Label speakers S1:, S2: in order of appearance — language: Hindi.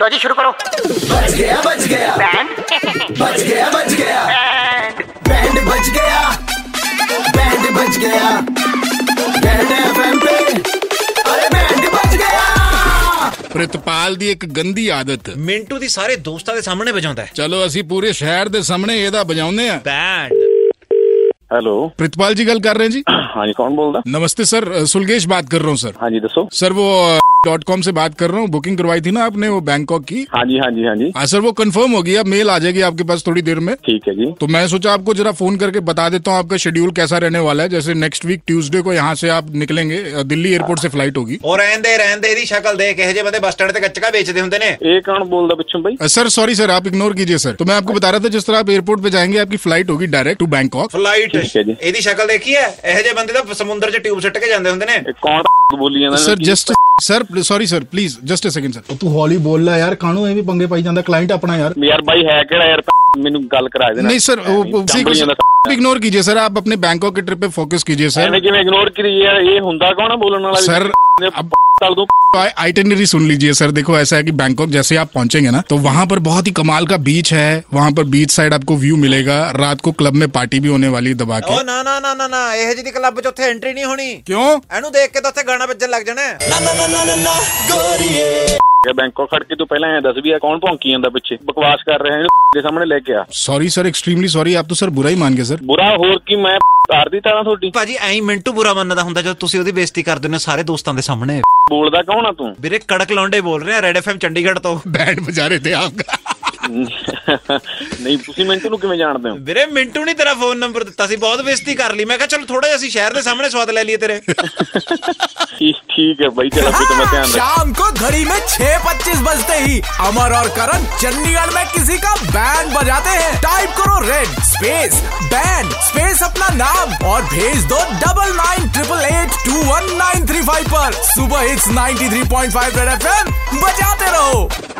S1: लो जी शुरू करो
S2: बच गया बच गया
S1: बैंड
S2: बच गया बच गया बैंड बच गया बैंड बच गया बैंड एफएम पे अरे बैंड बच गया
S3: ਪ੍ਰਿਤਪਾਲ ਦੀ ਇੱਕ ਗੰਦੀ ਆਦਤ
S4: ਮਿੰਟੂ ਦੀ ਸਾਰੇ ਦੋਸਤਾਂ ਦੇ ਸਾਹਮਣੇ ਵਜਾਉਂਦਾ ਹੈ
S3: ਚਲੋ ਅਸੀਂ ਪੂਰੇ ਸ਼ਹਿਰ ਦੇ ਸਾਹਮਣੇ ਇਹਦਾ ਵਜਾਉਂਦੇ ਆ
S4: ਬੈਂਡ
S5: हेलो
S3: ਪ੍ਰਿਤਪਾल जी ਗੱਲ ਕਰ ਰਹੇ ਜੀ
S5: हाँ जी कौन बोल रहा है
S3: नमस्ते सर सुलगेश बात कर रहा हूँ सर
S5: हाँ जी दसो
S3: सर वो डॉट कॉम से बात कर रहा हूँ बुकिंग करवाई थी ना आपने वो बैंकॉक की
S5: हाँ जी हाँ जी हाँ जी
S3: हाँ सर वो कंफर्म हो गई अब मेल आ जाएगी आपके पास थोड़ी देर में
S5: ठीक है जी
S3: तो मैं सोचा आपको जरा फोन करके बता देता हूँ आपका शेड्यूल कैसा रहने वाला है जैसे नेक्स्ट वीक ट्यूसडे को यहाँ से आप निकलेंगे अ, दिल्ली एयरपोर्ट से फ्लाइट होगी
S4: ਉਹ ਰਹਿੰਦੇ ਰਹਿੰਦੇ ਇਹਦੀ ਸ਼ਕਲ ਦੇਖ ਇਹੋ ਜਿਹੇ ਬੰਦੇ ਬੱਸ ਸਟੈਂਡ ਤੇ ਗੱਚਕਾ ਵੇਚਦੇ ਹੁੰਦੇ ਨੇ
S5: ये कौन बोल रहा बच्चों भाई
S3: अ, सर सॉरी सर आप इग्नोर कीजिए सर तो मैं आपको बता रहा था जिस तरह आप एयरपोर्ट पे जाएंगे आपकी फ्लाइट होगी डायरेक्ट टू बैंकॉक
S4: ਫਲਾਈਟ
S5: ਠੀਕ ਹੈ ਜੀ।
S4: ਇਹਦੀ ਸ਼ਕਲ ਦੇਖੀ ਹੈ ਇਹੋ ਜਿਹੇ ਬੰਦੇ ਤਾਂ ਸਮੁੰਦਰ 'ਚ ਟਿਊਬ ਸੁੱਟ ਕੇ ਜਾਂਦੇ ਹੁੰਦੇ ਨੇ
S5: ये कौन बोली है
S3: sir just sir sorry sir please just a second sir
S6: ਉਹ ਤੂੰ ਹੌਲੀ ਬੋਲ ਲੈ ਯਾਰ ਕਾਹਨੂੰ ਐਵੇਂ ਪੰਗੇ ਪਾਈ ਜਾਂਦਾ ਕਲਾਇੰਟ ਆਪਣਾ ਯਾਰ
S5: यार भाई है केड़ा यार मेनू गल करा देना
S3: नहीं सर इग्नोर कीजिए सर आप अपने बैंकॉक के ट्रिप पे फोकस कीजिए
S5: ਇਹਨੇ
S3: सर
S5: ਕਿਵੇਂ ਇਗਨੋਰ ਕਰੀ ਯਾਰ ਇਹ ਹੁੰਦਾ ਕੌਣ ਆ ਬੋਲਣ ਵਾਲਾ
S3: Sir,
S5: ਅਬ ਤਲ ਦੋ
S3: आइटनरी सुन लीजिए सर देखो ऐसा है कि बैंकॉक जैसे आप पहुंचेंगे ना तो वहां पर बहुत ही कमाल का बीच है वहां पर बीच साइड आपको व्यू मिलेगा रात को क्लब में पार्टी भी होने वाली है दबा के
S4: ਉਹ ਨਾ ਨਾ ਨਾ ਨਾ ਨਾ ਇਹੋ ਜਿਹੀ ਦੀ ਕਲੱਬ 'ਚ ਉੱਥੇ ਐਂਟਰੀ ਨਹੀਂ ਹੋਣੀ
S3: क्यों
S4: ਇਹਨੂੰ ਦੇਖ ਕੇ ਤਾਂ ਉੱਥੇ ਗਾਣਾ ਵੱਜਣ ਲੱਗ ਜਾਣਾ ਹੈ।
S5: ਬੈਂਕੋ ਖੜ ਕੇ ਤੂੰ ਪਹਿਲਾਂ ਐ ਦੱਸ ਵੀ ਆ ਕੌਣ ਭੌਂਕੀ ਜਾਂਦਾ ਪਿੱਛੇ ਬਕਵਾਸ ਕਰ ਰਿਹਾ ਇਹਨੂੰ ਦੇ ਸਾਹਮਣੇ ਲੈ ਕੇ ਆ
S3: सॉरी सर एक्सट्रीमली सॉरी आप तो सर बुरा ही मान गए सर
S5: ਬੁਰਾ ਹੋਰ ਕੀ ਮੈਂ ਤਾਰ ਦੀ ਤਾਰਾਂ ਤੁਹਾਡੀ
S4: ਭਾਜੀ ਐਂ ਹੀ ਮਿੰਟੂ ਬੁਰਾ ਮੰਨਦਾ ਹੁੰਦਾ ਜਦੋਂ ਤੁਸੀਂ ਉਹਦੀ ਬੇਇੱਜ਼ਤੀ ਕਰ ਦਿੰਦੇ ਹੋ ਸਾਰੇ ਦੋਸਤਾਂ ਦੇ ਸਾਹਮਣੇ
S5: ਬੋਲਦਾ ਕੌਣ ਆ ਤੂੰ
S4: ਵੀਰੇ ਕੜਕ ਲੌਂਡੇ ਬੋਲ ਰਹੇ ਆ ਰੈਡ ਐਫਐਮ ਚੰਡੀਗੜ੍ਹ ਤੋਂ
S3: बैंड बजा रहे थे आपका
S5: ਨਹੀਂ ਤੁਸੀਂ ਮਿੰਟੂ ਨੂੰ ਕਿਵੇਂ ਜਾਣਦੇ ਹੋ
S4: ਵੀਰੇ ਮਿੰਟੂ ਨੇ ਤੇਰਾ ਫੋਨ ਨੰਬਰ ਦਿੱਤਾ ਸੀ ਬਹੁਤ ਬੇਇੱਜ਼ਤੀ ਕਰ ਲਈ ਮੈਂ ਕਿਹਾ ਚਲ ਥੋੜਾ ਜਿਹਾ ਅਸੀਂ ਸ਼ਹਿਰ ਦੇ ਸਾਹਮਣੇ ਸਵਾਦ ਲੈ ਲਈਏ ਤੇਰੇ
S5: ਠੀਕ ਠੀਕ ਹੈ ਬਾਈ ਚਲ ਅੱਗੇ ਤੋਂ ਮੈਂ ਧਿਆਨ ਰੱਖ
S7: शाम को घड़ी में छह पच्चीस बजते ही अमर और करण चंडीगढ़ में किसी का बैंड बजाते हैं टाइप करो रेड स्पेस बैंड स्पेस अपना नाम और भेज दो double nine triple eight two one nine three five पर सुबह hits 93.5 three point five red F बजाते रहो